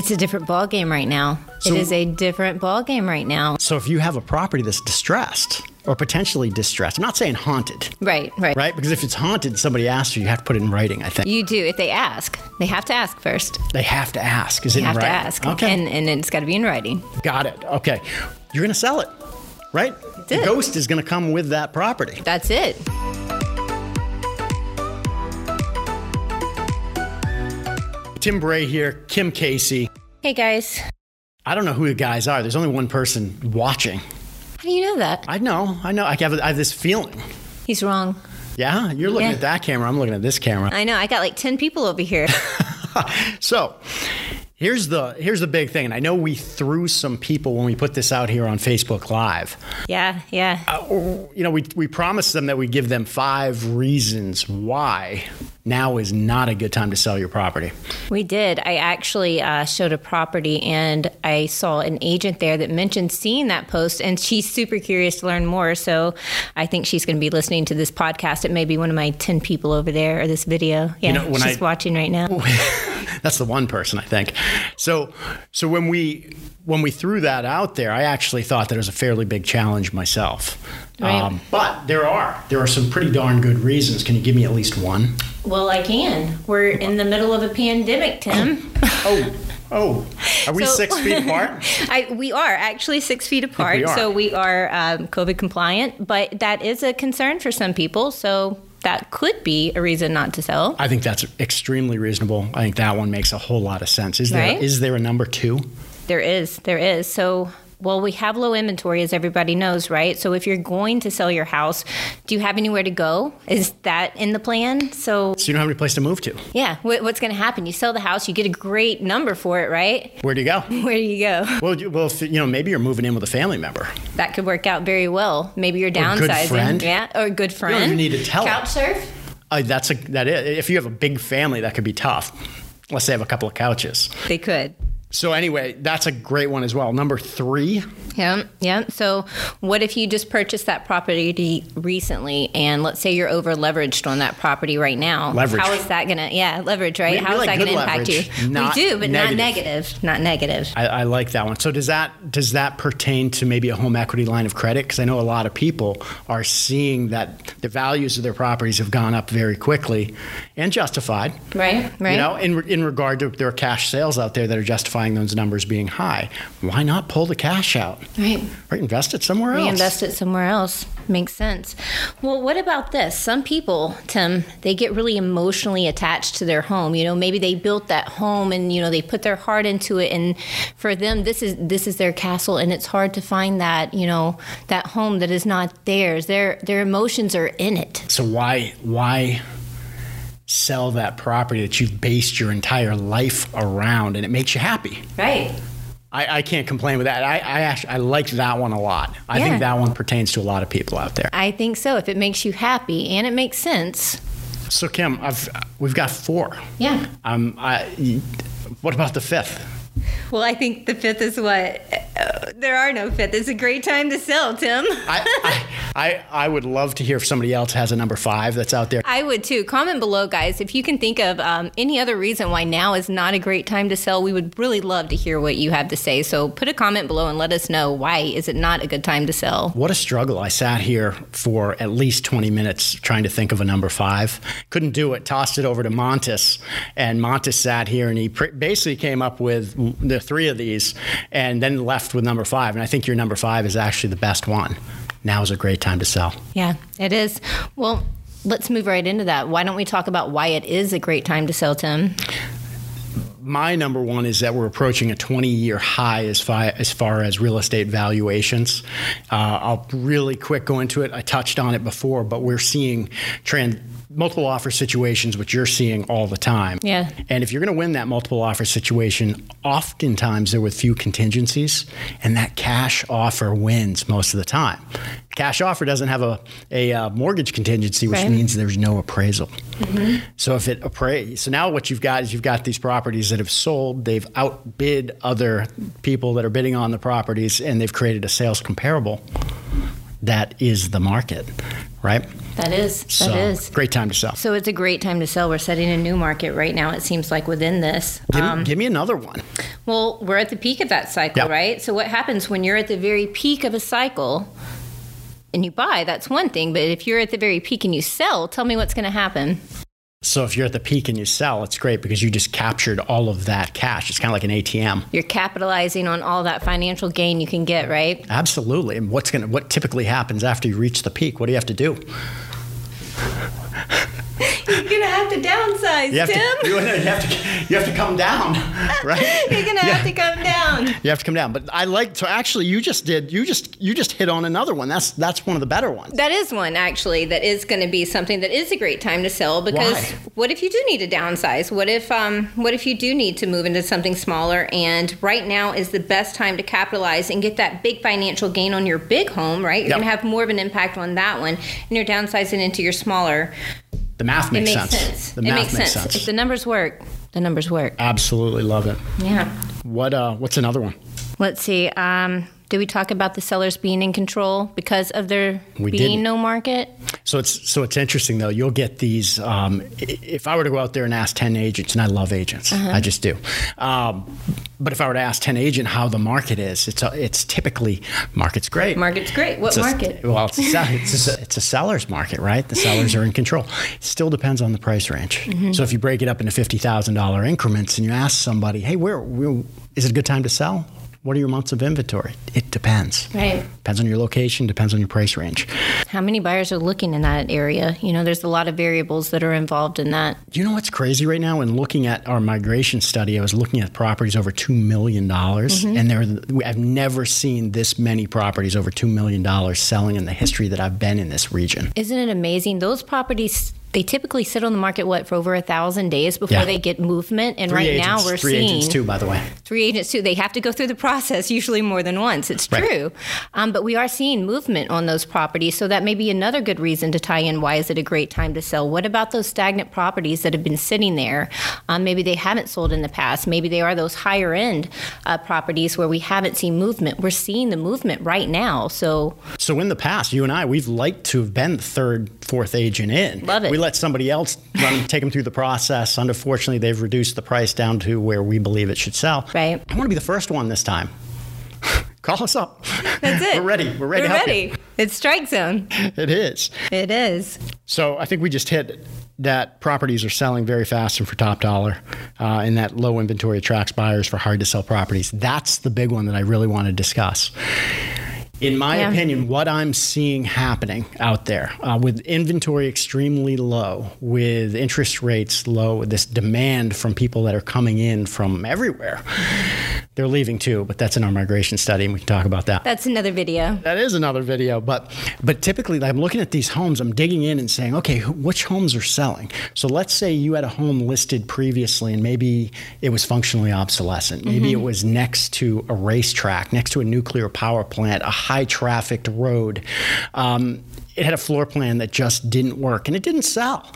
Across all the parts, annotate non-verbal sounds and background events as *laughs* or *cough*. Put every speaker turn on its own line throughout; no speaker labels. It's a different ball game right now.
So-
it is a different ball game right now.
So if you have a property that's distressed or potentially distressed, I'm not saying haunted,
Right, right,
right? Because if it's haunted, somebody asks you, you have to put it in writing, I think.
You do if they ask. They have to ask first.
They have to ask. Is it
You have
in
to
writing?
ask,
Okay.
and and it's got to be in writing.
Got it. Okay. You're going to sell it, right? The
Did.
ghost is going to come with that property.
That's it.
Tim Bray here, Kim Casey.
Hey guys,
I don't know who the guys are. There's only one person watching.
how do you know that?
I know. I know. I have, I have this feeling.
He's wrong.
Yeah, you're looking
Yeah.
at that camera. I'm looking at this camera.
I know. I got like ten people over here. *laughs*
So here's the here's the big thing, and I know we threw some people when we put this out here on Facebook Live.
yeah, yeah.
You know, we we promised them that we give them five reasons why now is not a good time to sell your property. *laughs*
We did. I actually uh, showed a property and I saw an agent there that mentioned seeing that post, and she's super curious to learn more. So I think she's going to be listening to this podcast. It may be one of my 10 people over there or this video. Yeah,
know, when
she's
I-
watching right now.
That's the one person I think. So so when we when we threw that out there, I actually thought that it was a fairly big challenge myself. Um,
Right.
but there are there are some pretty darn good reasons. Can you give me at least one?
Well, I can. We're in the middle of a pandemic, Tim.
Oh, oh, are we
So-
six feet apart?
*laughs* I, we are actually six feet apart,
we are.
so we are um, COVID compliant, but that is a concern for some people. So that could be a reason not to sell.
I think that's extremely reasonable. I think that one makes a whole lot of sense. Is there is
Right?
there a number two?
There is, there is. So, well, we have low inventory, as everybody knows, right? So, if you're going to sell your house, do you have anywhere to go? Is that in the plan? So,
So you don't have any place to move to.
yeah, wh- what's going to happen? You sell the house, you get a great number for it, right? *laughs*
Where do you go?
Where do you go?
Well, you, well, if, you know, maybe you're moving in with a family member.
That could work out very well. Maybe you're downsizing,
good friend.
yeah, or a good friend.
even need to tell
Couch surf.
Uh, that's a that is. If you have a big family, that could be tough. Unless they have a couple of couches.
They could.
So anyway, that's a great one as well. Number three.
Yeah, yeah. So, what if you just purchased that property recently, and let's say you're over leveraged on that property right now?
Leverage.
How is that gonna? Yeah, leverage, right?
We- we
How is
like
that gonna
good
impact
leverage,
you?
not
we do, but
negative.
not negative. Not negative.
I, I like that one. So does that does that pertain to maybe a home equity line of credit? Because I know a lot of people are seeing that the values of their properties have gone up very quickly, and justified.
Right. Right.
You know, in in regard to there are cash sales out there that are justifying those numbers being high. Why not pull the cash out?
right.
Right, invest it somewhere else.
Reinvest it somewhere else. Makes sense. Well, what about this? Some people, Tim, they get really emotionally attached to their home. You know, maybe they built that home and you know they put their heart into it, and for them, this is this is their castle, and it's hard to find that you know that home that is not theirs. Their their emotions are in it.
So why why sell that property that you've based your entire life around and it makes you happy?
Right.
I, I can't complain with that. I I, actually, I liked that one a lot. I
Yeah.
think that one pertains to a lot of people out there.
I think so. If it makes you happy and it makes sense.
So Kim, I've we've got four.
Yeah.
Um, I, what about the fifth?
Well, I think the fifth is what. uh, there are no fifth. It's a great time to sell, Tim. *laughs*
I, I, I I would love to hear if somebody else has a number five that's out there.
I would too. Comment below, guys, if you can think of um, any other reason why now is not a great time to sell. We would really love to hear what you have to say. So put a comment below and let us know why is it not a good time to sell.
What a struggle. I sat here for at least 20 minutes trying to think of a number five. Couldn't do it. Tossed it over to Montes. And Montes sat here and he pr- basically came up with the three of these and then left with number five. And I think your number five is actually the best one. Now is a great time to sell.
Yeah, it is. Well, let's move right into that. Why don't we talk about why it is a great time to sell, Tim?
My number one is that we're approaching a 20 year high as, fi- as far as real estate valuations. Uh, I'll really quick go into it. I touched on it before, but we're seeing trans- multiple offer situations, which you're seeing all the time.
Yeah.
And if you're going to win that multiple offer situation, oftentimes they're with few contingencies, and that cash offer wins most of the time. Cash offer doesn't have a, a uh, mortgage contingency, which
Right. Mm-hmm.
means there's no appraisal. So if it appraise, so now what you've got is you've got these properties that have sold, they've outbid other people that are bidding on the properties, and they've created a sales comparable. that is the market, right?
That is. That
so,
is.
Great time to sell.
So it's a great time to sell. We're setting a new market right now, it seems like, within this.
give, me- give me another one.
Well, we're at the peak of that cycle,
Yeah.
right? So what happens when you're at the very peak of a cycle and you buy, that's one thing, but if you're at the very peak and you sell, tell me what's going to happen.
So if you're at the peak and you sell, it's great because you just captured all of that cash. It's kind of like an ATM.
You're capitalizing on all that financial gain you can get, right?
Absolutely. And what's going to what typically happens after you reach the peak? What do you have to do?
You're going to have to downsize,
You have to *laughs* you have to you have to come down, *laughs* right?
*laughs* You're going to have to come down.
You have to come down. But I like so actually you just did you just you just hit on another one. That's that's one of the better ones.
That is one actually that is going to be something that is a great time to sell because
Why?
what if you do need to downsize? What if um what if you do need to move into something smaller and right now is the best time to capitalize and get that big financial gain on your big home, right? You're
Yep.
going to have more of an impact on that one and you're downsizing into your smaller.
The math
It
makes,
makes
sense.
sense.
The
it
math
makes sense. If the numbers work, the numbers work.
Absolutely love it.
Yeah.
What uh what's another one?
Let's see. Um did we talk about the sellers being in control because of there
We
being
didn't.
no market?
So it's so it's interesting though. You'll get these. Um, i- if I were to go out there and ask ten agents, and I love agents,
Uh-huh.
I just do. Um, but if I were to ask ten agent how the market is, it's a, it's typically market's great.
Market's great. What
It's a-
market?
well, it's a,
*laughs*
sell- it's, a, it's a seller's market, right? The sellers are in control. It still depends on the price range.
Mm-hmm.
So if you break it up into fifty thousand dollar increments and you ask somebody, "Hey, where, where is it a good time to sell? What are your months of inventory?" It depends.
Right.
Depends on your location. Depends on your price range.
How many buyers are looking in that area? You know, there's a lot of variables that are involved in that.
You know what's crazy right now? In looking at our migration study, I was looking at properties over two million dollars,
Mm-hmm.
and there we- I've never seen this many properties over two million dollars selling in the history that I've been in this region.
Isn't it amazing? Those properties they typically sit on the market what for over a thousand days before
Yeah.
they get movement. And right
agents,
now we're
three
seeing
agents too, by the way.
three agents too. They have to go through the process usually more than once. It's
Right.
true, um, but we are seeing movement on those properties, so that may be another good reason to tie in. Why is it a great time to sell? What about those stagnant properties that have been sitting there? Um, maybe they haven't sold in the past. Maybe they are those higher end uh, properties where we haven't seen movement. We're seeing the movement right now, so
So in the past, you and I, we've liked to have been the third, fourth agent in.
Love it.
We let somebody else run, take them through the process. Unfortunately, they've reduced the price down to where we believe it should sell.
Right.
I want to be the first one this time. *laughs* Call us up.
that's it.
We're ready. We're ready. to
We're
help you.
ready. It's strike zone.
It is.
It is.
So I think we just hit that properties are selling very fast and for top dollar, uh, and that low inventory attracts buyers for hard to sell properties. That's the big one that I really want to discuss. In my
Yeah.
opinion, what I'm seeing happening out there uh, with inventory extremely low, with interest rates low, with this demand from people that are coming in from everywhere, they're leaving too, but that's in our migration study, and we can talk about that
That's another video.
that is another video but but typically i'm looking at these homes i'm digging in and saying okay who, which homes are selling so let's say you had a home listed previously and maybe it was functionally obsolescent maybe it was next to a racetrack next to a nuclear power plant a high trafficked road um, it had a floor plan that just didn't work and it didn't sell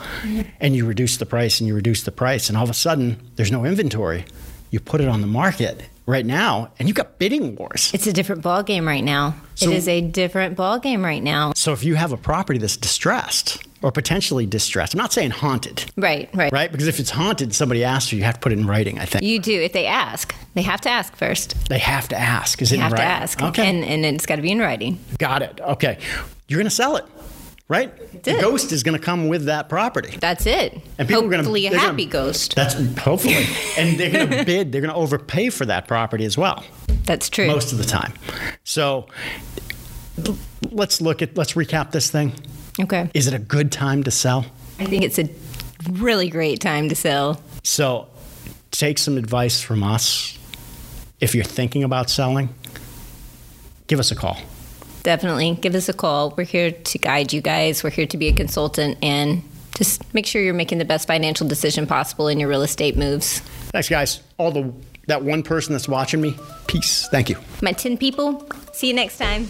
and you reduce the price and you reduce the price and all of a sudden there's no inventory you put it on the market right now and you've got bidding wars
It's a different ball game right now.
So-
it is a different ball game right now.
So if you have a property that's distressed or potentially distressed, I'm not saying haunted,
Right, right.
right? Because if it's haunted, somebody asks you, you have to put it in writing, I think.
You do if they ask. They have to ask first.
they have to ask. Is it
They have
in
to
writing?
ask.
Okay.
And and it's got to be in writing.
Got it. Okay. You're going to sell it, right? The
it.
ghost is going to come with that property.
That's it.
And people are gonna-
Hopefully
they're
a
gonna-
happy ghost.
That's hopefully. and they're going
*laughs*
to bid, they're going to overpay for that property as well.
That's true.
most of the time. So l- let's look at let's recap this thing.
okay.
Is it a good time to sell?
I think it's a really great time to sell.
So take some advice from us. If you're thinking about selling, give us a call.
Definitely give us a call. We're here to guide you guys. We're here to be a consultant and just make sure you're making the best financial decision possible in your real estate moves.
Thanks, guys. All the that one person that's watching me, peace. Thank you.
My 10 people, see you next time.